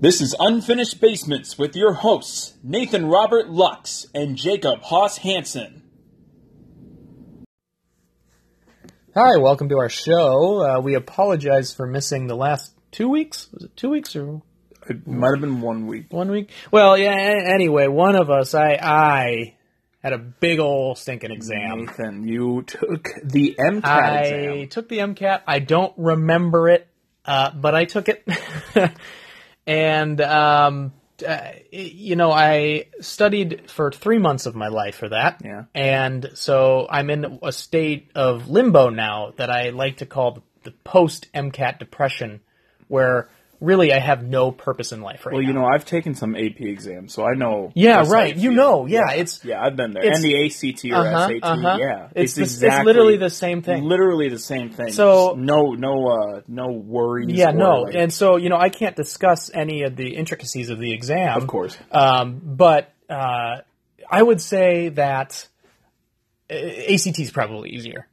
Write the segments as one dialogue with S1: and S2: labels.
S1: This is Unfinished Basements with your hosts, Nathan Robert Lux and Jacob Haas Hansen.
S2: Hi, welcome to our show. Uh, we apologize for missing the last two weeks. Was it two weeks or
S1: It might have been one week.
S2: one week? Well, yeah. a- Anyway, one of us, I, I had a big ol' stinking exam.
S1: Nathan, you took the MCAT
S2: I
S1: exam.
S2: took the MCAT. I don't remember it, uh, but I took it, and um, uh, you know, I studied for three months of my life for that.
S1: Yeah.
S2: And so I'm in a state of limbo now that I like to call the post MCAT depression, where really I have no purpose in life right
S1: Well,
S2: now.
S1: you know, I've taken some AP exams, so I know.
S2: yeah,
S1: precisely.
S2: right. You know, yeah, it's
S1: Yeah, I've been there.
S2: It's-
S1: And the ACT or
S2: Uh-huh,
S1: SAT,
S2: uh-huh.
S1: yeah.
S2: It's the- it's literally the same thing.
S1: Literally the same thing.
S2: So-
S1: Just no, no, uh, no worries.
S2: yeah,
S1: or,
S2: no.
S1: like-
S2: and so, you know, I can't discuss any of the intricacies of the exam.
S1: of course.
S2: Um, but uh, I would say that uh, ACT is probably easier.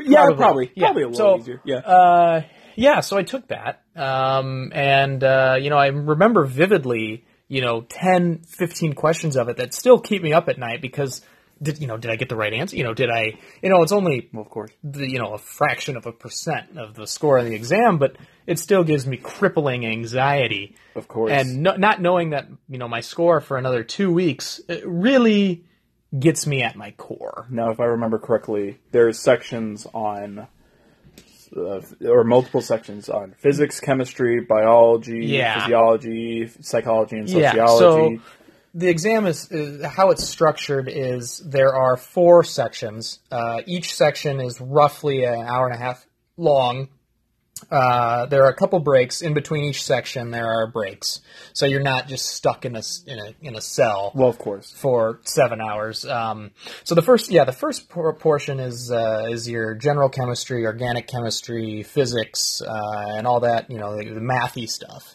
S1: yeah, probably, probably,
S2: yeah.
S1: a little
S2: So,
S1: easier. Yeah.
S2: Uh, yeah, so I took that. Um, and, uh, you know, I remember vividly, you know, 10, 15 questions of it that still keep me up at night because, did, you know, did I get the right answer? You know, did I, you know, it's only
S1: well, of course.
S2: the, you know a fraction of a percent of the score on the exam, but it still gives me crippling anxiety.
S1: Of course.
S2: and no, not knowing that you know my score for another two weeks it really gets me at my core.
S1: Now, if I remember correctly, there's sections on, uh, or multiple sections on physics, chemistry, biology,
S2: Yeah.
S1: physiology, psychology, and sociology.
S2: so the exam is, is how it's structured is there are four sections. Uh, each section is roughly an hour and a half long. Uh, there are a couple breaks in between each section. There are breaks, so you're not just stuck in a s- in a in a cell.
S1: well, of course.
S2: for seven hours. Um, so the first, yeah, the first por- portion is uh, is your general chemistry, organic chemistry, physics, uh, and all that. You know, the, the mathy stuff.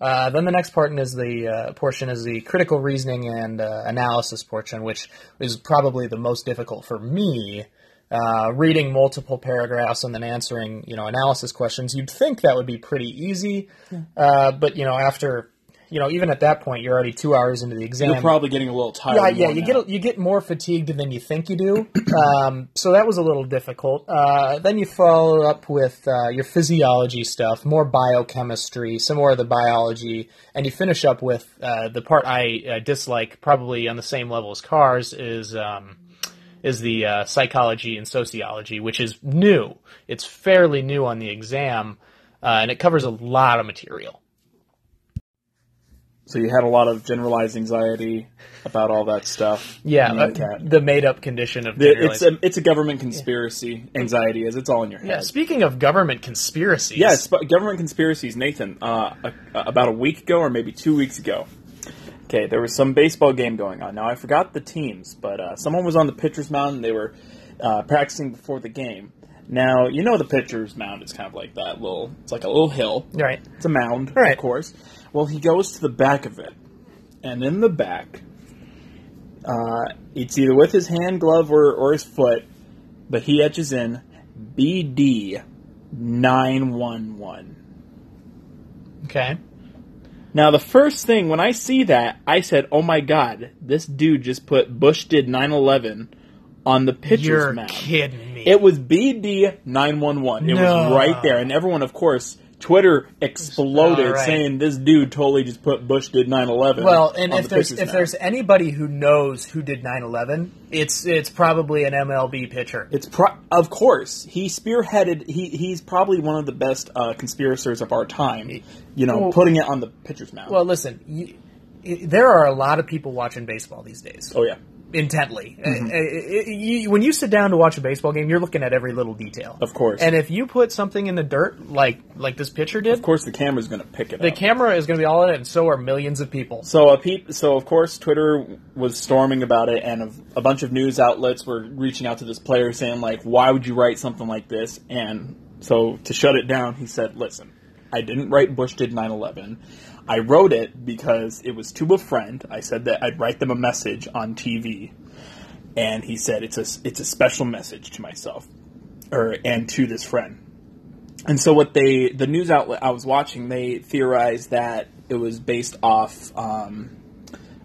S2: Uh, then the next part is the uh, portion is the critical reasoning and uh, analysis portion, which is probably the most difficult for me. Uh, reading multiple paragraphs and then answering, you know, analysis questions. You'd think that would be pretty easy, uh, but you know, after, you know, even at that point, you're already two hours into the exam.
S1: You're probably getting a little tired.
S2: Yeah, yeah,
S1: more
S2: you
S1: now.
S2: get a- you get more fatigued than you think you do. Um, so that was a little difficult. Uh, then you follow up with uh, your physiology stuff, more biochemistry, some more of the biology, and you finish up with uh, the part I uh, dislike, probably on the same level as cars, is. Um, is the uh, psychology and sociology, which is new. It's fairly new on the exam, uh, and it covers a lot of material.
S1: So you had a lot of generalized anxiety about all that stuff.
S2: Yeah,
S1: And
S2: uh,
S1: that-
S2: the made-up condition of
S1: It-
S2: generalized-
S1: Mm. it's a it's a government conspiracy. Anxiety is it's all in your head.
S2: Yeah, speaking of government conspiracies.
S1: Yes, but government conspiracies, Nathan. Uh, a, about a week ago, or maybe two weeks ago. Okay, there was some baseball game going on. Now I forgot the teams, but uh, someone was on the pitcher's mound. and They were uh, practicing before the game. Now you know the pitcher's mound is kind of like that little. It's like a little hill.
S2: Right.
S1: It's a mound,
S2: Right.
S1: of course. Well, he goes to the back of it, and in the back, uh, it's either with his hand glove or, or his foot, but he etches in BD nine one one.
S2: Okay.
S1: Now, the first thing when I see that, I said, "Oh my god, this dude just put Bush did nine eleven on the pitcher's
S2: You're
S1: mound."
S2: kidding me.
S1: It was BD nine one one. It was
S2: No.
S1: right there, and everyone, of course, Twitter exploded
S2: All right.
S1: saying this dude totally just put Bush did nine eleven.
S2: well, and
S1: on
S2: if
S1: the
S2: there's
S1: pitcher's
S2: if
S1: mound.
S2: there's anybody who knows who did 9/11, it's it's probably an MLB pitcher.
S1: it's pro- of course he spearheaded. He he's probably one of the best uh, conspirators of our time. You know,
S2: Well-
S1: putting it on the pitcher's mound.
S2: Well, listen, you, i there are a lot of people watching baseball these days
S1: oh Mm-hmm. yeah,
S2: intently. Uh, uh, uh, you- when you sit down to watch a baseball game, you're looking at every little detail.
S1: Of course.
S2: And if you put something in the dirt like like this pitcher did,
S1: of course the camera's going to pick it
S2: the
S1: up.
S2: camera is going to be all in it, and so are millions of people.
S1: So a peep, so of course Twitter was storming about it, and a, a bunch of news outlets were reaching out to this player saying like, "Why would you write something like this?" And so to shut it down, he said, "Listen, I didn't write Bush did 9/11. I wrote it because it was to a friend. I said that I'd write them a message on TV, and he said it's a it's a special message to myself, or and to this friend." And so what they the news outlet I was watching they theorized that it was based off um,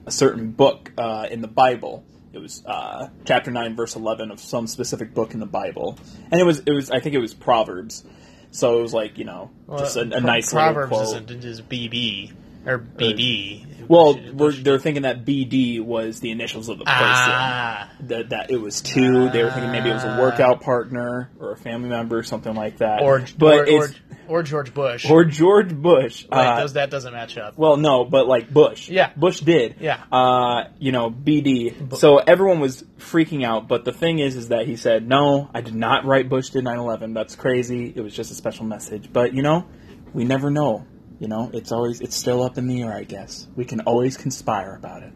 S1: a certain book uh, in the Bible. It was uh, chapter nine, verse eleven of some specific book in the Bible, and it was it was I think it was Proverbs. So it was like you know just a, a
S3: Pro-
S1: nice
S3: Proverbs
S1: little
S3: is,
S1: quote.
S3: a, is BB or
S2: Uh,
S3: BD.
S1: well,
S3: which-
S1: we're, they're thinking that BD was the initials of the person.
S3: ah,
S1: That, that it was two. they were thinking maybe it was a workout partner or a family member, or something like that.
S3: or
S1: but
S3: or, or,
S1: it's,
S3: or George Bush.
S1: or George Bush.
S3: right,
S1: uh,
S3: those, that doesn't match up.
S1: Well, no, but like Bush.
S3: Yeah.
S1: Bush did.
S3: Yeah.
S1: Uh, you know, BD. so everyone was freaking out, but the thing is, is that he said, no, I did not write Bush did 9 11. That's crazy. It was just a special message. But, you know, we never know. You know, it's always, it's still up in the air, I guess. We can always conspire about it.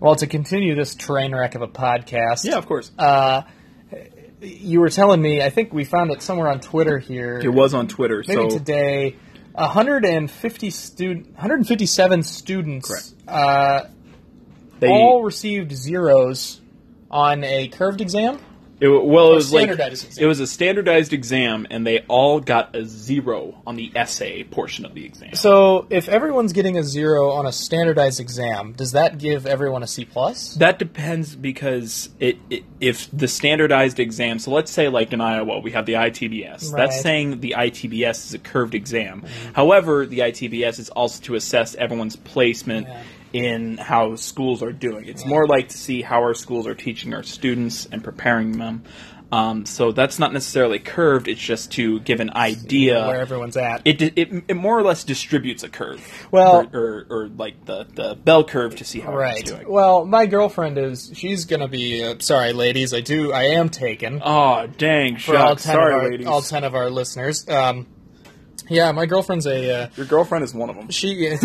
S2: Well, to continue this train wreck of a podcast,
S1: of course.
S2: uh, you were telling me, I think we found it somewhere on Twitter here.
S1: it was on Twitter,
S2: maybe
S1: so.
S2: today 150 student 157 students
S1: Correct.
S2: uh,
S1: they,
S2: all received zeros on a curved exam
S1: it, well, it was like,
S2: standardized exam.
S1: it was a standardized exam, and they all got a zero on the essay portion of the exam.
S2: so if everyone's getting a zero on a standardized exam does that give everyone a c plus
S1: That depends because it, it if the standardized exam. So let's say like in Iowa we have the ITBS.
S2: Right.
S1: That's saying the ITBS is a curved exam. However, the ITBS is also to assess everyone's placement
S2: Yeah.
S1: in how schools are doing. It's more like to see how our schools are teaching our students and preparing them. Um, so that's not necessarily curved. It's just to give an idea.
S2: where everyone's at
S1: it, di- it, it more or less distributes a curve,
S2: Well-
S1: or, or, or like the, the bell curve to see how it's doing.
S2: right well my girlfriend is she's gonna be uh, sorry ladies i do i am taken
S1: Oh dang!
S2: for all
S1: Shucks.
S2: 10,
S1: Sorry,
S2: of our,
S1: ladies.
S2: all 10 of our listeners um, yeah my girlfriend's a uh,
S1: Your girlfriend is one of them.
S2: she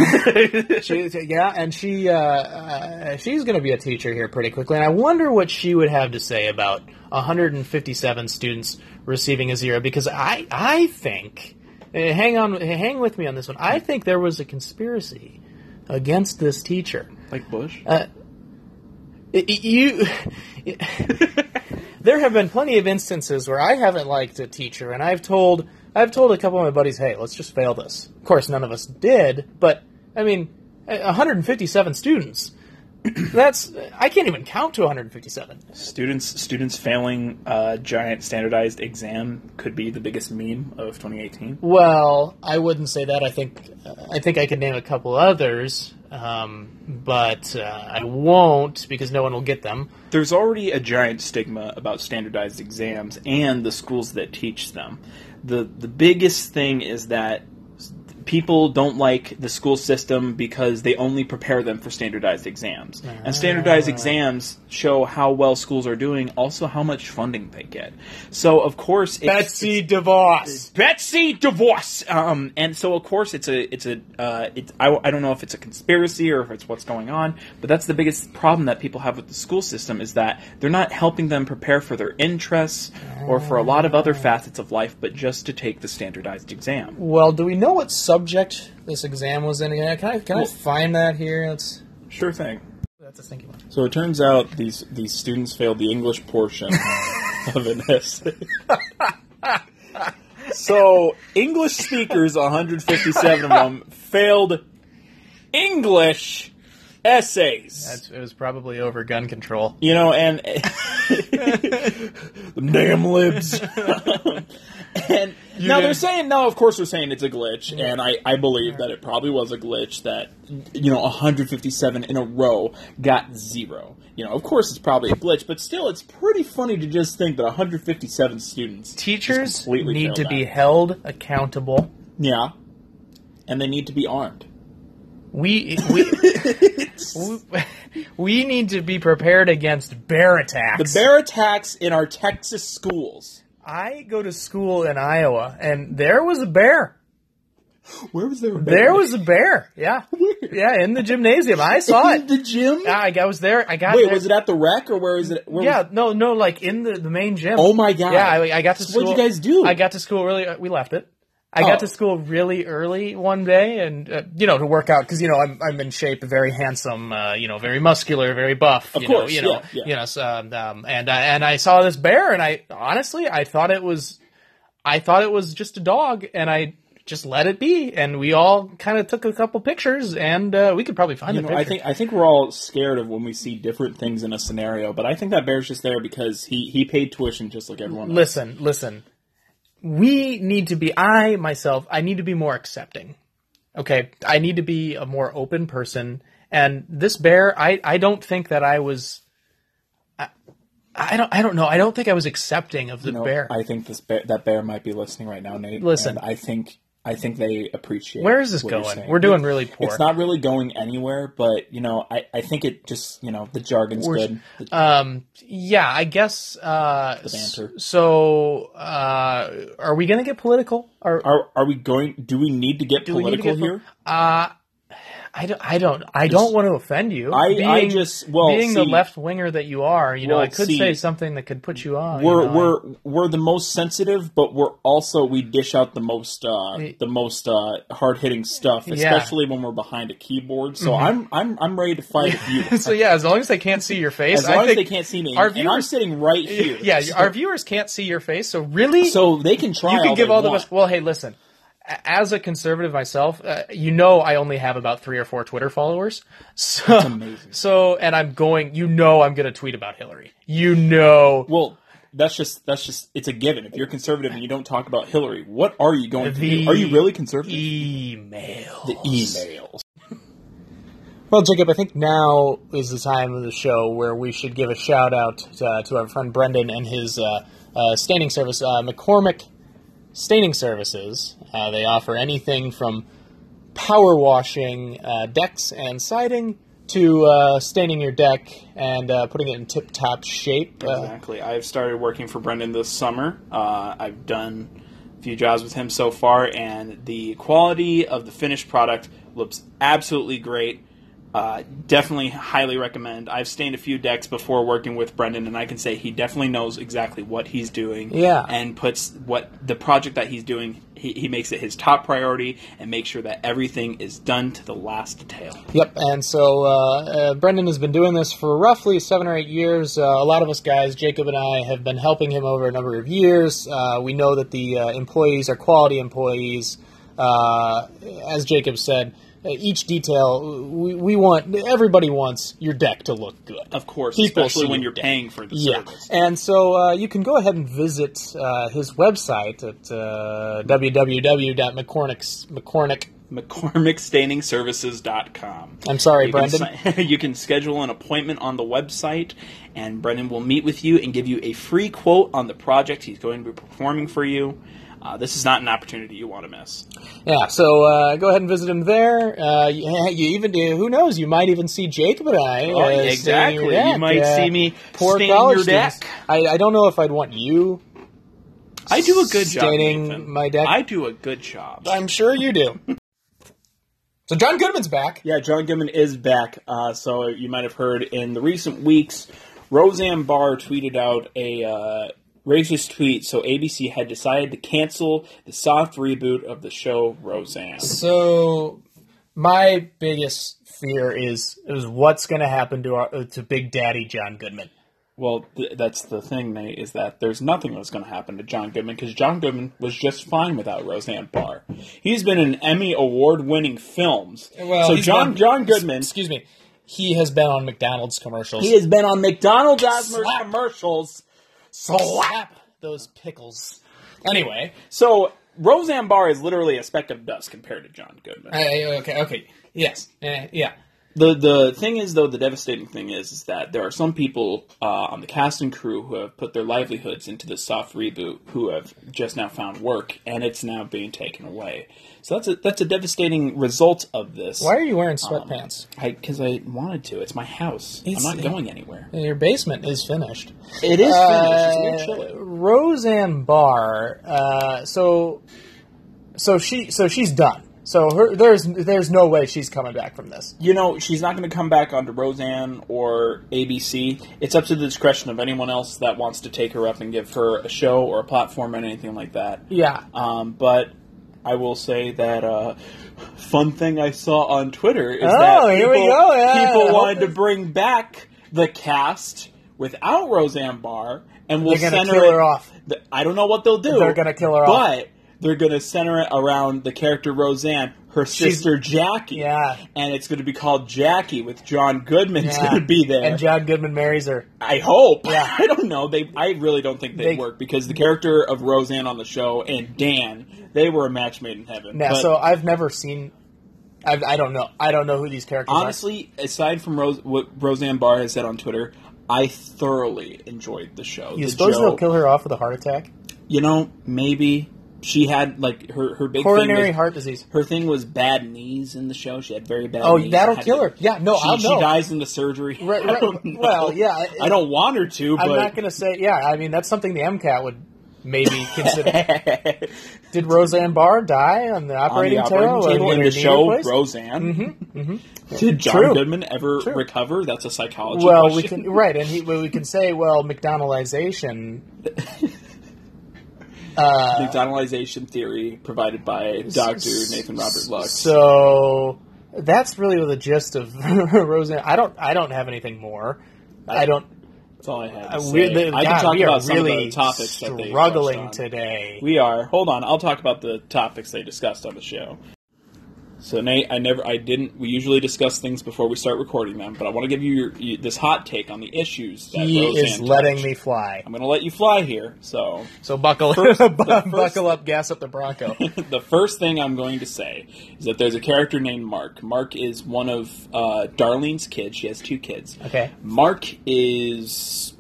S2: she yeah and she uh, uh she's going to be a teacher here pretty quickly and i wonder what she would have to say about 157 students receiving a zero because i i think eh, hang on hang with me on this one i think there was a conspiracy against this teacher
S1: like Bush.
S2: I- I- Uh, you there have been plenty of instances where i haven't liked a teacher and i've told i've told a couple of my buddies hey let's just fail this of course none of us did but i mean eh, 157 students that's i can't even count to 157
S1: students students failing uh, giant standardized exam could be the biggest meme of 2018.
S2: well i wouldn't say that i think uh, i think i could name a couple others um, but uh, i won't because no one will get them
S1: There's already a giant stigma about standardized exams and the schools that teach them. the The biggest thing is that people don't like the school system because they only prepare them for standardized exams. And standardized exams show how well schools are doing, also how much funding they get. So of course, it's,
S2: betsy devos
S1: Betsy divorce. Um, and so of course it's a it's a uh, it's I, I don't know if it's a conspiracy or if it's what's going on, but that's the biggest problem that people have with the school system is that they're not helping them prepare for their interests or for a lot of other facets of life, but just to take the standardized exam.
S2: Well, do we know what subject this exam was in again? Can I can I
S1: Well-
S2: find that here? That's
S1: Sure thing.
S2: that's a stinky one.
S1: So it turns out these these students failed the English portion of an essay. so English speakers, 157 of them, failed English essays.
S2: That's, it was probably over gun control.
S1: you know, and Them damn libs. and now they're
S2: didn't-
S1: saying, no, of course they're saying it's a glitch, and I, I believe that it probably was a glitch that, you know, 157 in a row got zero. You know, of course it's probably a glitch, but still, it's pretty funny to just think that 157 students just
S2: Teachers
S1: completely
S2: need
S1: failed
S2: to be
S1: that.
S2: held accountable.
S1: yeah, and they need to be armed.
S2: We we, we we need to be prepared against bear
S1: The
S2: attacks.
S1: bear attacks in our Texas schools.
S2: I go to school in Iowa, and there was a bear.
S1: Where was there? A bear?
S2: There was a bear. Yeah, yeah, in the gymnasium. I saw
S1: in
S2: it.
S1: the gym.
S2: I, I was there. I got
S1: Wait,
S2: there.
S1: was it at the rec or where is it? Where
S2: Yeah,
S1: was-
S2: no, no, like in the, the main gym.
S1: Oh my god.
S2: Yeah, I, I got to
S1: So
S2: school.
S1: What'd you guys do?
S2: I got to school really. uh, We left it. I got
S1: Oh.
S2: to school really early one day, and uh, you know to work out because you know I'm I'm in shape, very handsome, uh, you know, very muscular, very buff. Of you
S1: course,
S2: know, you know,
S1: yeah, yeah.
S2: you know, so, um, um, and I and I saw this bear, and I honestly I thought it was. I thought it was just a dog, and I just let it be. And we all kind of took a couple pictures, and uh, we could probably find
S1: You
S2: the
S1: know,
S2: picture.
S1: I think I think we're all scared of when we see different things in a scenario, but I think that bear's just there because he he paid tuition just like everyone. else.
S2: listen, listen. We need to be. I myself, I need to be more accepting. Okay, I need to be a more open person. And this bear, I, I don't think that I was. I, I don't I don't know. I don't think I was accepting of the
S1: No,
S2: bear.
S1: I think this bear, that bear might be listening right now, Nate.
S2: Listen.
S1: and I think I think they appreciate.
S2: Where is this
S1: what you're
S2: going?
S1: saying.
S2: We're doing really poor.
S1: It's not really going anywhere, but you know, I, I think it just you know the jargon's good. The-
S2: Um. Yeah, I guess. Uh,
S1: banter.
S2: s- So, uh, are we gonna get political? Or
S1: are are we going? Do we need to get
S2: we need to
S1: political
S2: get
S1: here?
S2: uh, I don't. I don't. I don't want to offend you.
S1: I I just well
S2: being the
S1: see,
S2: left winger that you are, you know,
S1: Well,
S2: I could
S1: see,
S2: say something that could put you on.
S1: We're
S2: you know,
S1: we're we're the most sensitive, but we're also we
S2: Hmm.
S1: dish out the most uh, the most uh, hard hitting stuff, especially when we're behind a keyboard. So
S2: Mm-hmm.
S1: I'm I'm I'm ready to fight if you.
S2: I- so yeah, as long as they can't see your face,
S1: As long
S2: I think
S1: as they can't see me,
S2: our
S1: and I'm
S2: viewers-
S1: sitting right here.
S2: yeah,
S1: so,
S2: our viewers can't see your face. So really,
S1: so they can try.
S2: you
S1: all
S2: could give
S1: they
S2: all the
S1: want.
S2: best. Well, hey, listen. a- As a conservative myself, uh, you know I only have about three or four Twitter followers. So,
S1: amazing.
S2: so, and I'm going. You know I'm going to tweet about Hillary. You know
S1: Well, that's just that's just it's a given. If you're conservative and you don't talk about Hillary, what are you going to
S2: The
S1: do? Are you really conservative?
S2: email.
S1: the emails.
S2: Well, Jacob, I think now is the time of the show where we should give a shout out uh, to our friend Brendan and his uh, uh, staining service, uh, McCormick Staining Services. Uh, they offer anything from power washing uh, decks and siding to uh, staining your deck and uh, putting it in tip top shape. Uh,
S1: Exactly. I've started working for Brendan this summer. Uh, I've done a few jobs with him so far, and the quality of the finished product looks absolutely great. Uh, definitely highly recommend. I've stained a few decks before working with Brendan, and I can say he definitely knows exactly what he's doing.
S2: Yeah.
S1: And puts what the project that he's doing, he, he makes it his top priority and makes sure that everything is done to the last detail.
S2: Yep, and so uh, uh, Brendan has been doing this for roughly seven or eight years. Uh, a lot of us guys, Jacob and I, have been helping him over a number of years. Uh, we know that the uh, employees are quality employees. Uh, as Jacob said, uh, each detail we, we want everybody wants your deck to look good.
S1: Of course,
S2: People
S1: especially
S2: see
S1: when
S2: your
S1: you're
S2: deck.
S1: paying for the
S2: Yeah,
S1: service.
S2: and so uh, you can go ahead and visit uh, his website at uh, www.mccormick.
S1: McCormickstainingservices.com.
S2: I'm sorry,
S1: you
S2: Brendan.
S1: Can, si- you can schedule an appointment on the website, and Brendan will meet with you and give you a free quote on the project he's going to be performing for you. Uh, this is not an opportunity you want to miss.
S2: Yeah, so uh, go ahead and visit him there. Uh, you, you even who knows? You might even see Jacob and I.
S1: Oh,
S2: uh,
S1: exactly.
S2: staining your
S1: You
S2: deck.
S1: might
S2: Uh,
S1: see me
S2: poor
S1: staining
S2: college
S1: your deck.
S2: students. I, I don't know if I'd want you.
S1: I do a good job.
S2: Staining
S1: Nathan.
S2: my deck?
S1: I do a good job.
S2: I'm sure you do. so John Goodman's back.
S1: Yeah, John Goodman is back. Uh, so you might have heard in the recent weeks, Roseanne Barr tweeted out a uh, racist tweet. So ABC had decided to cancel the soft reboot of the show Roseanne.
S2: So my biggest fear is is what's going to happen to our to Big Daddy John Goodman.
S1: Well, th- that's the thing, Nate, is that there's nothing that's going to happen to John Goodman because John Goodman was just fine without Roseanne Barr. He's been in Emmy award-winning films.
S2: Well,
S1: so
S2: he's
S1: John
S2: been-
S1: John Goodman,
S2: Excuse me. He has been on McDonald's commercials.
S1: he has been on McDonald's Osmer
S2: Slap.
S1: commercials.
S2: slap those pickles. Anyway.
S1: So Roseanne Barr is literally a speck of dust compared to John Goodman.
S2: I- I- Uh, okay, okay. Yes. eh, yeah.
S1: the the thing is though the devastating thing is is that there are some people uh, on the cast and crew who have put their livelihoods into this soft reboot who have just now found work and it's now being taken away so that's a that's a devastating result of this
S2: Why are you wearing sweatpants?
S1: because I, wanted to it's my house
S2: It's-
S1: i'm not going anywhere
S2: Your basement is finished.
S1: it is
S2: Uh, Roseanne Barr. Uh, so, so she, so she's done. So her, there's, there's no way she's coming back from this.
S1: you know she's not going to come back onto roseanne or abc it's up to the discretion of anyone else that wants to take her up and give her a show or a platform or anything like that
S2: Yeah.
S1: Um, but I will say that uh, fun thing I saw on Twitter is
S2: Oh,
S1: that
S2: here we
S1: people,
S2: go, yeah.
S1: people
S2: Hope
S1: wanted to
S2: it-
S1: bring back the cast without Roseanne Barr and we'll
S2: They're gonna
S1: center
S2: kill
S1: it.
S2: her off.
S1: th- I don't know what they'll do.
S2: They're gonna kill her
S1: but
S2: off.
S1: they're gonna center it around the character Roseanne, her
S2: She's-
S1: sister Jackie.
S2: Yeah.
S1: and it's gonna be called Jackie with John Goodman. It's
S2: Yeah.
S1: gonna be there.
S2: And John Goodman marries her.
S1: I hope.
S2: Yeah.
S1: I don't know. They. I really don't think they,
S2: They-
S1: work because the character of Roseanne on the show and Dan, they were a match made in heaven.
S2: Now,
S1: But
S2: so I've never seen. I've, I don't know. I don't know who these characters
S1: honestly, aside from Rose, what Roseanne Barr has said on Twitter, I thoroughly enjoyed the show.
S2: are. You
S1: The
S2: suppose
S1: joke-
S2: they'll kill her off with a heart attack?
S1: You know, maybe she had like her her big
S2: Coronary
S1: thing was,
S2: heart disease.
S1: her thing was bad knees in the show. She had very bad.
S2: Oh,
S1: knees.
S2: that'll
S1: Had
S2: kill
S1: to-
S2: her. Yeah, no,
S1: she,
S2: I'll
S1: she
S2: know.
S1: dies in the surgery.
S2: Right,
S1: I don't
S2: right.
S1: know.
S2: Well, yeah, I-
S1: I don't want her to,
S2: I'm not
S1: but
S2: going to say. Yeah, I mean that's something the MCAT would maybe consider. Did Roseanne Barr die on the
S1: on the
S2: operating,
S1: operating
S2: table?
S1: table
S2: or
S1: in
S2: get
S1: the
S2: her knee
S1: show
S2: replaced?
S1: Roseanne. Did John
S2: Mm-hmm, True.
S1: Goodman ever
S2: True.
S1: recover? That's a psychology
S2: Well, we
S1: question.
S2: can right, and he, well, we can say, well, McDonaldization.
S1: the
S2: uh,
S1: Donalization theory provided by Doctor Nathan Robert Lux.
S2: So that's really the gist of Roseanne. I don't. I don't have anything more. I don't.
S1: That's all I had. To
S2: I-
S1: say.
S2: uh, we, the,
S1: I
S2: God,
S1: can talk
S2: we are
S1: about some
S2: really
S1: of the topics that they
S2: struggling
S1: touched on.
S2: today.
S1: We are. Hold on, I'll talk about the topics they discussed on the show. So Nate, I never, I didn't. We usually discuss things before we start recording them, but I want to give you, your, you this hot take on the issues. That
S2: he
S1: Roseanne
S2: is letting
S1: touched.
S2: me fly.
S1: I'm going to let you fly here. So
S2: So buckle, bu- buckle up, gas up the Bronco.
S1: the first thing I'm going to say is that there's a character named Mark. Mark is one of uh, Darlene's kids. She has two kids.
S2: Okay.
S1: Mark is,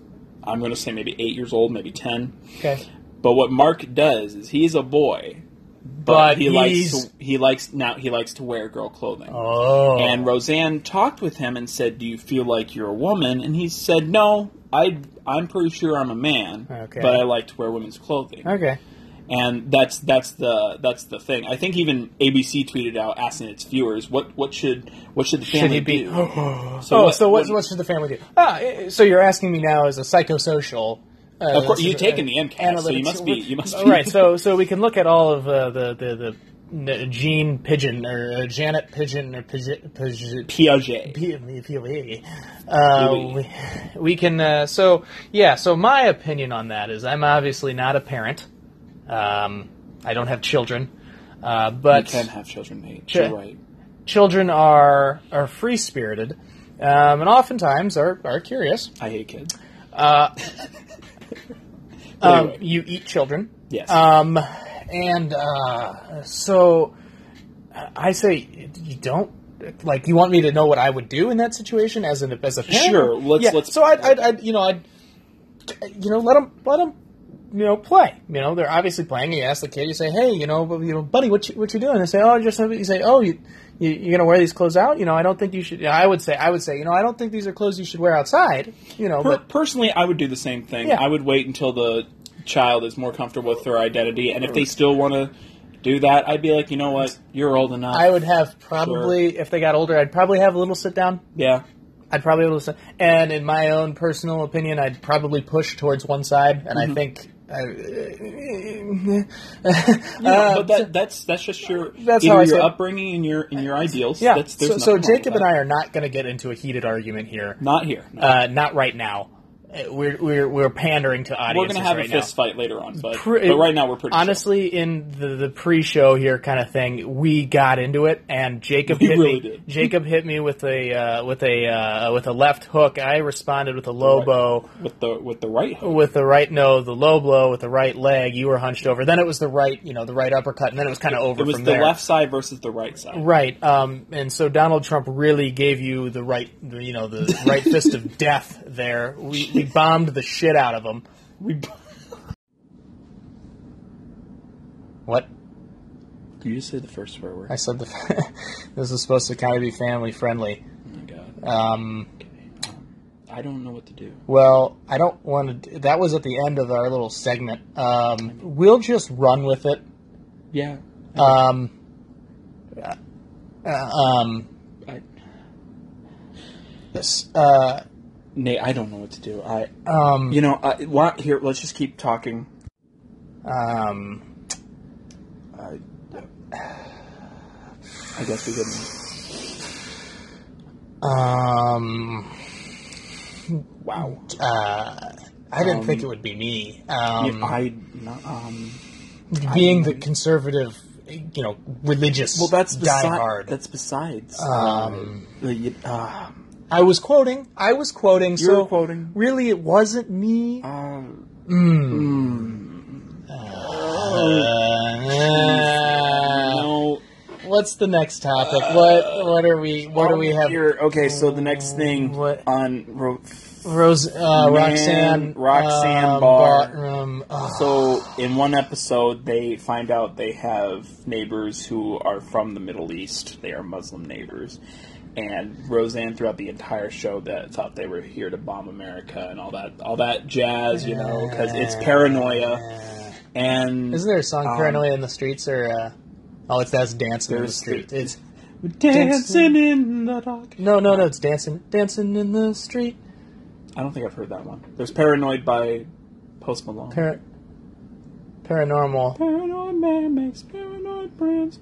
S1: I'm going to say maybe eight years old, maybe ten.
S2: Okay.
S1: But what Mark does is he's a boy, but,
S2: But
S1: he likes
S2: he's-
S1: to, he likes now he likes to wear girl clothing.
S2: Oh.
S1: And Roseanne talked with him and said, "Do you feel like you're a woman?" And he said, "No, I I'm pretty sure I'm a man,
S2: Okay.
S1: but I like to wear women's clothing."
S2: okay.
S1: and that's that's the that's the thing. I think even ABC tweeted out asking its viewers what what should what should the
S2: Should
S1: family
S2: he be?
S1: do.
S2: oh,
S1: what-
S2: so what,
S1: what-
S2: what should the family do? Ah, eh, so you're asking me now as a psychosocial. Uh,
S1: Of course,
S2: sort
S1: you've
S2: of,
S1: taken
S2: uh,
S1: the MCAT, so you
S2: analytics-
S1: must be you must
S2: Oh,
S1: be
S2: right. So, so we can look at all of uh, the the the n- Jean Pigeon or uh, Janet Pigeon or Pigeon. Pigeon
S1: Piaget.
S2: POV. Uh, we, we can, uh, so, yeah, so my opinion on that is I'm obviously not a parent. Um, I don't have children. Uh,
S1: You
S2: but
S1: can have children, Nate.
S2: Sure.
S1: You're right.
S2: children are, are free spirited um, and oftentimes are, are curious.
S1: I hate kids. Uh,
S2: Um, you eat children.
S1: yes.
S2: Um, and uh, so I say you don't like you want me to know what I would do in that situation as an as a parent.
S1: Sure, let's-
S2: yeah.
S1: let's-
S2: So I'd, I'd, I'd you know I'd you know let them let them you know play. You know they're obviously playing. You ask the kid. You say, hey, you know, bu- you know, buddy, what you what you doing? They say, oh, just something." you say, oh, you. You, you're gonna wear these clothes out, you know. I don't think you should. I would say, I would say, you know, I don't think these are clothes you should wear outside, you know.
S1: Per-
S2: But
S1: personally, I would do the same thing.
S2: Yeah.
S1: I would wait until the child is more comfortable with their identity, and if they still want to do that, I'd be like, you know what, you're old enough.
S2: I would have probably, if they got older, I'd probably have a little sit down
S1: yeah.
S2: I'd probably be able to say, and in my own personal opinion, I'd probably push towards one side, and
S1: Mm-hmm.
S2: I think. uh, I,
S1: Yeah, but that, that's that's just your
S2: Uh, That's
S1: either
S2: how I
S1: your
S2: said-
S1: upbringing and your and your ideals.
S2: yeah.
S1: That's,
S2: so,
S1: there's nothing
S2: so
S1: wrong
S2: Jacob
S1: with
S2: and
S1: that.
S2: I are not going to get into a heated argument here.
S1: not here.
S2: Uh, not right now. Uh, We're we're we're pandering to
S1: we're
S2: audiences
S1: gonna have
S2: right
S1: a
S2: now.
S1: fist fight later on, but,
S2: Pre-
S1: but right now we're pretty. chill.
S2: honestly in the, the pre-show here kind of thing. We got into it, and Jacob
S1: We
S2: hit
S1: really
S2: me.
S1: did.
S2: Jacob hit me with a uh, with a uh, with a left hook. I responded with a low
S1: Right.
S2: bow.
S1: with the with the right hook.
S2: with the right no, the low blow with the right leg. You were hunched over. Then it was the right, you know, the right uppercut, and then it was kind of over
S1: It was
S2: from
S1: the
S2: there.
S1: left side versus the right side.
S2: Right, um, and so Donald Trump really gave you the right, the, you know, the right fist of death there. We, we bombed the shit out of him.
S1: We,
S2: What
S1: you just say the first swear word.
S2: I said, the, this is supposed to kind of be family friendly.
S1: Oh my god.
S2: Um,
S1: I don't know what to do.
S2: Well, I don't want to. That was at the end of our little segment. Um, we'll just run with it.
S1: Yeah.
S2: Um, uh, um,
S1: I,
S2: this, uh,
S1: Nate, I don't know what to do. I,
S2: um,
S1: you know, I, why, here, let's just keep talking.
S2: um.
S1: I, I guess we didn't.
S2: Um.
S1: Wow.
S2: Uh, I didn't
S3: Um,
S2: think it would be me. Um,
S3: I, um,
S2: being the conservative, you know, religious
S3: well, that's
S2: diehard.
S3: besides. That's besides.
S2: Um,
S3: uh, the, uh,
S2: I was quoting. I was quoting.
S3: you
S2: so
S3: were quoting.
S2: really, it wasn't me. Hmm.
S3: Uh,
S2: Mm. Uh,
S3: no.
S2: what's the next topic? What What are we? What do we have? Um,
S3: Here, okay, so the next thing
S2: What-
S3: on ro-
S2: Rose, uh,
S3: Man,
S2: Roxanne,
S3: Roxanne
S2: um,
S3: Barr.
S2: Bartram, ugh.
S3: So in one episode, they find out they have neighbors who are from the Middle East. They are Muslim neighbors, and Roseanne throughout the entire show that thought they were here to bomb America and all that, all that jazz, you know, because it's paranoia.
S2: Uh,
S3: And
S2: Isn't there a song
S3: Um,
S2: "Paranoia in the Streets" or? Uh, oh, it's that's dancing in the
S3: There's the-
S2: street. It's
S3: dancing in the dark?
S2: no, no, no. It's dancing, dancing in the street.
S3: I don't think I've heard that one. There's Paranoid by Post Malone.
S2: Par- paranormal.
S3: paranoid man makes paranoid plans.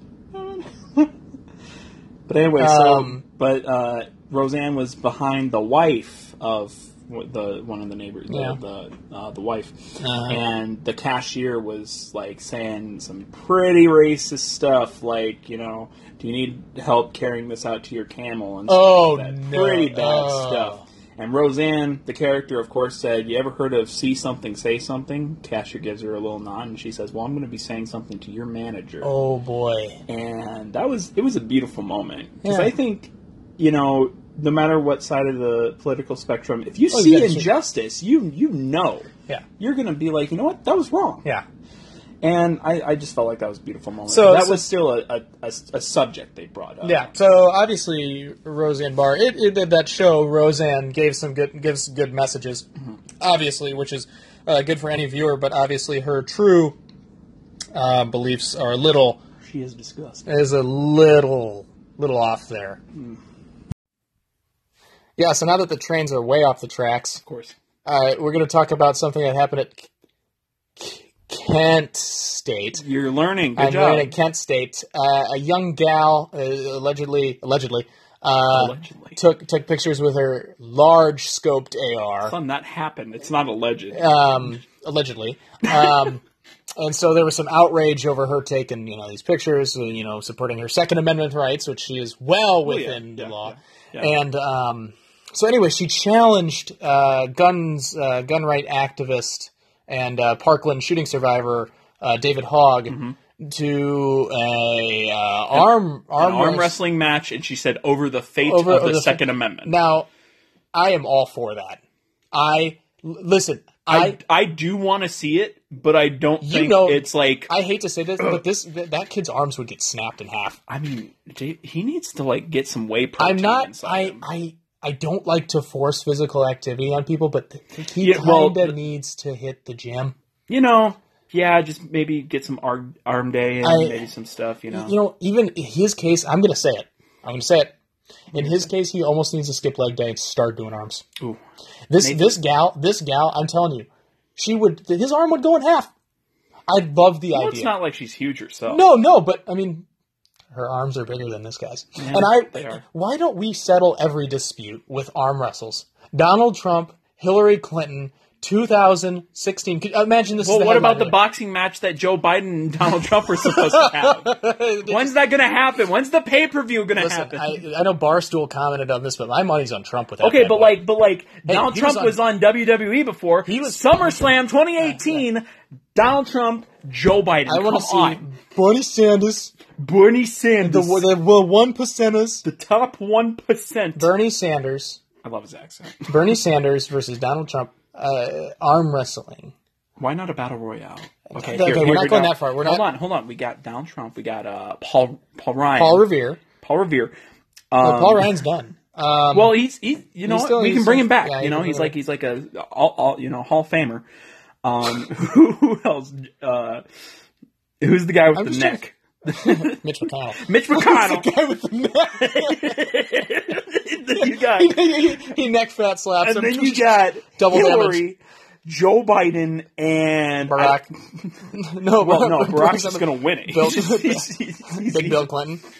S3: But anyway, so
S2: Um,
S3: but uh, Roseanne was behind the wife of w- the one of the neighbors, the-
S2: Yeah.
S3: the uh, the wife,
S2: Uh-huh.
S3: and the cashier was like saying some pretty racist stuff, like you know, do you need help carrying this out to your camel and stuff
S2: Oh,
S3: like that.
S2: no.
S3: pretty bad
S2: Oh.
S3: stuff. And Roseanne, the character, of course, said, "You ever heard of see something, say something?" Cashier gives her a little nod, and she says, "Well, I'm going to be saying something to your manager."
S2: Oh boy.
S3: and that was it was a beautiful moment because
S2: Yeah.
S3: I think you know no matter what side of the political spectrum, if you
S2: Oh, you
S3: see
S2: gotta see-
S3: injustice, you you know
S2: Yeah.
S3: you're gonna be like you know what that was wrong,
S2: Yeah.
S3: and I, I just felt like that was a beautiful moment.
S2: So-
S3: And that
S2: so-
S3: was still a, a, a, a subject they brought up.
S2: Yeah. So obviously, Roseanne Barr, it, it did that show. Roseanne gave some good gives some good messages,
S3: Mm-hmm.
S2: obviously, which is uh, good for any viewer. But obviously, her true uh, beliefs are a little
S3: she is disgusting.
S2: is a little little off there. Yeah. So now that the trains are way off the tracks,
S3: Of course,
S2: uh, we're going to talk about something that happened at K- K- Kent State.
S3: you're learning. Good
S2: I'm
S3: job.
S2: learning at Kent State. Uh, a young gal uh, allegedly allegedly, uh,
S3: Allegedly.
S2: took took pictures with her large scoped AR.
S3: Son, that happened. It's not alleged.
S2: Um, allegedly. Um, and so there was some outrage over her taking you know these pictures, uh, you know supporting her Second Amendment rights, which she is well
S3: Oh, yeah,
S2: within
S3: yeah,
S2: the law.
S3: yeah, yeah.
S2: And um, so anyway, she challenged uh, guns uh, gun right activist and uh, Parkland shooting survivor uh, David Hogg. To a uh, arm
S3: Mm-hmm. An
S2: arm,
S3: arm
S2: wrest-
S3: wrestling match, and she said over the fate
S2: Over-
S3: of
S2: over
S3: the,
S2: the fa-
S3: Second Amendment.
S2: Now, I am all for that. I l- listen. I
S3: I, I do want to see it, but I don't
S2: You
S3: think
S2: know-
S3: it's like
S2: I hate to say this, but this th- that kid's arms would get snapped in half.
S3: I mean, J- he needs to like get some whey protein.
S2: I'm not.
S3: inside
S2: I
S3: him.
S2: I I don't like to force physical activity on people, but th- th- he
S3: Yeah, well,
S2: kinda
S3: th-
S2: needs to hit the gym.
S3: you know, yeah, just maybe get some arm, arm day and
S2: I-
S3: maybe some stuff. You know,
S2: You know, even in his case, I'm gonna say it. I'm gonna say it. In his case, he almost needs to skip leg day and start doing arms.
S3: Ooh.
S2: This
S3: Maybe.
S2: this gal, this gal, I'm telling you, she would. His arm would go in half. I love the
S3: Well,
S2: idea.
S3: it's not like she's huge herself.
S2: No, no, but I mean, her arms are bigger than this guy's. and I,
S3: they are.
S2: why don't we settle every dispute with arm wrestles? Donald Trump, Hillary Clinton, 2016. Could- Imagine this.
S3: Well,
S2: is the
S3: what about the
S2: headline
S3: boxing match that Joe Biden and Donald Trump are supposed to have?
S2: of the-
S3: When's that going to happen? When's the pay per view going to
S2: Listen,
S3: happen?
S2: I, I know Barstool commented on this, but my money's on Trump with that.
S3: Okay,
S2: bad
S3: but
S2: boy.
S3: like, but like, Donald
S2: he was
S3: Trump
S2: on-
S3: was on WWE before. He
S2: was-
S3: SummerSlam 2018. Donald Trump, Joe Biden.
S2: I
S3: want to
S2: see Bernie Sanders,
S3: Bernie Sanders,
S2: the the well, one percenters.
S3: the top one percent.
S2: Bernie Sanders,
S3: I love his accent.
S2: Bernie Sanders versus Donald Trump, uh, arm wrestling.
S3: Why not a battle royale? Okay,
S2: Okay, we're not
S3: we
S2: going
S3: go.
S2: that far. We're
S3: hold
S2: not-
S3: on, hold on. We got Donald Trump. We got uh, Paul Paul Ryan.
S2: Paul Revere.
S3: Paul Revere.
S2: Well, Paul Ryan's done. Um,
S3: Well, he's he. You know, what?
S2: still-
S3: we
S2: he's
S3: can bring
S2: still-
S3: him back.
S2: yeah,
S3: you
S2: he
S3: know,
S2: can
S3: he's
S2: bring
S3: like he's like a all, all you know Hall of Famer. Um, who, who else? Uh, who's the guy with the
S2: just trying
S3: neck?
S2: Mitch McConnell.
S3: Mitch
S2: the
S3: McConnell.
S2: guy with the neck.
S3: you got
S2: he, he neck fat slaps
S3: and
S2: him.
S3: then you got
S2: Double
S3: Hillary, Joe Biden, and
S2: Barack. no,
S3: Well, no,
S2: Barack-
S3: Barack's just going to win it.
S2: Bill-
S3: He's- he's- he's-
S2: Big Bill Clinton.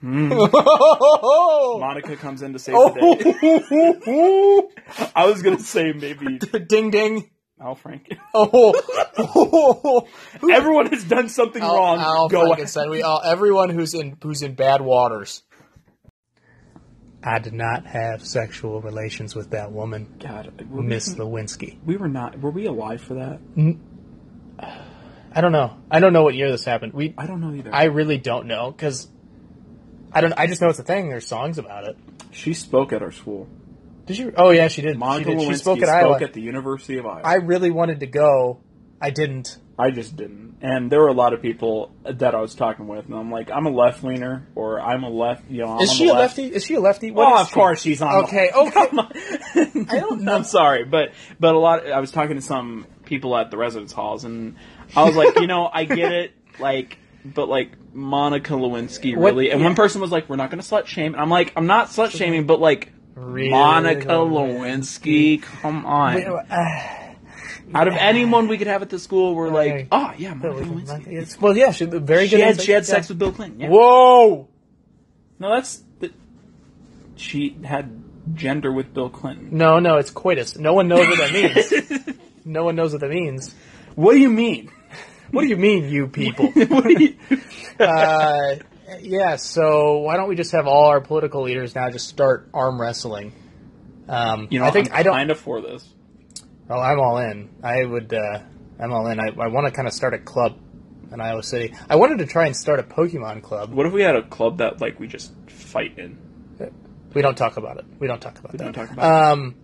S2: Hmm.
S3: Monica comes in to save the day.
S2: Oh.
S3: I was gonna say maybe
S2: ding ding.
S3: Al Franken.
S2: Oh,
S3: Everyone has done something
S2: Al,
S3: wrong.
S2: Al
S3: Go ahead.
S2: Frankenstein. We all, everyone who's in who's in bad waters.
S4: I did not have sexual relations with that woman,
S3: God, were
S4: Miss
S3: we,
S4: Lewinsky.
S3: we were not. Were we alive for that?
S2: I don't know. I don't know what year this happened. We,
S3: I don't know either.
S2: I really don't know because I don't. I just know it's a thing. There's songs about it.
S3: she spoke at our school.
S2: Did she? Oh yeah, she did.
S3: Monica
S2: she, did.
S3: Lewinsky
S2: she spoke at Iowa.
S3: the University of Iowa.
S2: I really wanted to go. I didn't.
S3: I just didn't. And there were a lot of people that I was talking with, and I'm like, I'm a left leaner, or I'm a left. You know, I'm
S2: Is
S3: on
S2: she
S3: the
S2: a
S3: left.
S2: lefty? Is she a lefty? What
S3: Well,
S2: is
S3: of
S2: she?
S3: course she's on.
S2: Oh, Okay,
S3: the-
S2: okay.
S3: Come on.
S2: I don't know.
S3: I'm sorry, but but a lot. I was talking to some people at the residence halls, and I was like, you know, I get it, like, but like Monica Lewinsky
S2: What-
S3: really. And
S2: yeah.
S3: one person was like, we're not going to slut shame. And I'm like, I'm not slut shaming, but like.
S2: Really? uh,
S3: Monica Lewinsky, come on! Out of anyone we could have at the school, we're like,
S2: Right.
S3: oh yeah, Monica Lewinsky.
S2: It's- Well, yeah, she very good.
S3: She had,
S2: at-
S3: she had
S2: yeah.
S3: sex with Bill Clinton. Yeah.
S2: Whoa!
S3: No, that's the, she had gender with Bill Clinton.
S2: No, no, it's coitus. No one knows what that means. no one knows what that means.
S3: What do you mean?
S2: What do you mean, you people?
S3: What do you?
S2: uh, yeah, so why don't we just have all our political leaders now just start arm wrestling? Um,
S3: You know,
S2: I think
S3: I'm
S2: I don't.
S3: kind of for this.
S2: Oh, I'm all in. I would. Uh, I'm all in. I, I want to kind of start a club in Iowa City. I wanted to try and start a Pokemon club.
S3: What if we had a club that like we just fight in?
S2: We don't talk about it. We don't talk about
S3: We
S2: that.
S3: don't talk about.
S2: um.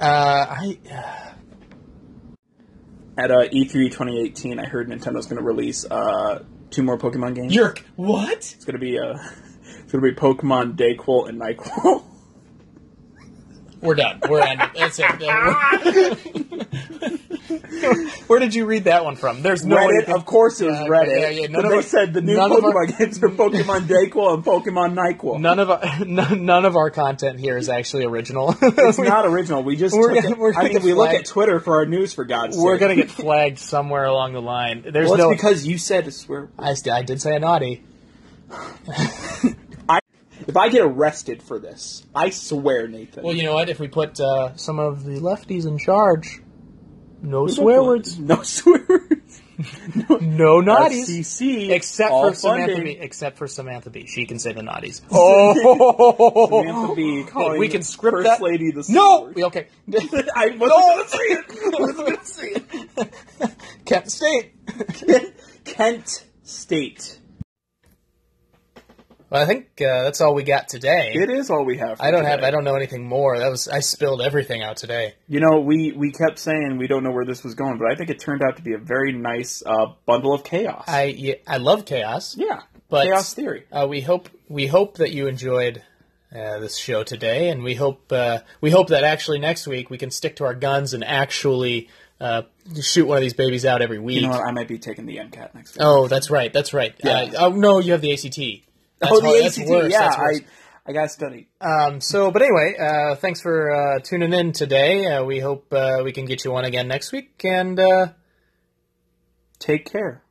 S2: Uh, I
S3: At uh, E3 2018, I heard Nintendo's going to release uh, two more Pokemon games.
S2: Yerk. What?
S3: It's going to be uh, it's going to be Pokemon Dayquil and Nyquil.
S2: We're done. We're ended. That's it. Where did you read that one from? There's no way you
S3: Reddit,
S2: can-
S3: of course, it was
S2: Yeah,
S3: Reddit.
S2: yeah, yeah. None
S3: But
S2: of
S3: they
S2: our-
S3: said the new
S2: none of our-
S3: Pokemon games are Pokemon Dayquil and Pokemon Nyquil.
S2: None of our none, none of our content here is actually original.
S3: It's not original. We just
S2: We're
S3: took
S2: gonna-
S3: it-
S2: we're
S3: I
S2: gonna
S3: mean,
S2: get
S3: we look
S2: flagged.
S3: at Twitter for our news for God's sake.
S2: We're gonna get flagged somewhere along the line. There's
S3: Well, it's
S2: no.
S3: because you said it's where.
S2: I, st- I did say a naughty.
S3: If I get arrested for this, I swear, Nathan.
S2: Well, you know what? If we put uh, some of the lefties in charge, no
S3: No
S2: swear words,
S3: No swear words.
S2: no naughties,
S3: FCC,
S2: except
S3: all
S2: for Samantha
S3: funding.
S2: B. Except for Samantha B. She can say the naughties. Oh,
S3: Samantha B. calling
S2: we can script
S3: First
S2: that.
S3: Lady the
S2: no.
S3: C-word.
S2: We- Okay,
S3: I wasn't gonna say it. I wasn't gonna say it.
S2: Kent State.
S3: Kent State.
S2: Well, I think uh, that's all we got today.
S3: It is all we have. For
S2: I don't
S3: today.
S2: have. I don't know anything more. That was. I spilled everything out today.
S3: You know, we we kept saying we don't know where this was going, but I think it turned out to be a very nice uh, bundle of chaos.
S2: I yeah, I love chaos.
S3: yeah,
S2: But-
S3: chaos theory.
S2: Uh, we hope we hope that you enjoyed uh, this show today, and we hope uh, we hope that actually next week we can stick to our guns and actually uh, shoot one of these babies out every week.
S3: You know what? I might be taking the MCAT next week.
S2: oh, that's right, that's right. Uh, oh no, you have the ACT. That's
S3: oh,
S2: hard-
S3: the
S2: that's
S3: ACT.
S2: worse,
S3: yeah,
S2: that's worse.
S3: I I gotta study.
S2: Um, so, but anyway, uh, thanks for uh, tuning in today. Uh, we hope uh, we can get you on again next week, and uh,
S3: Take care.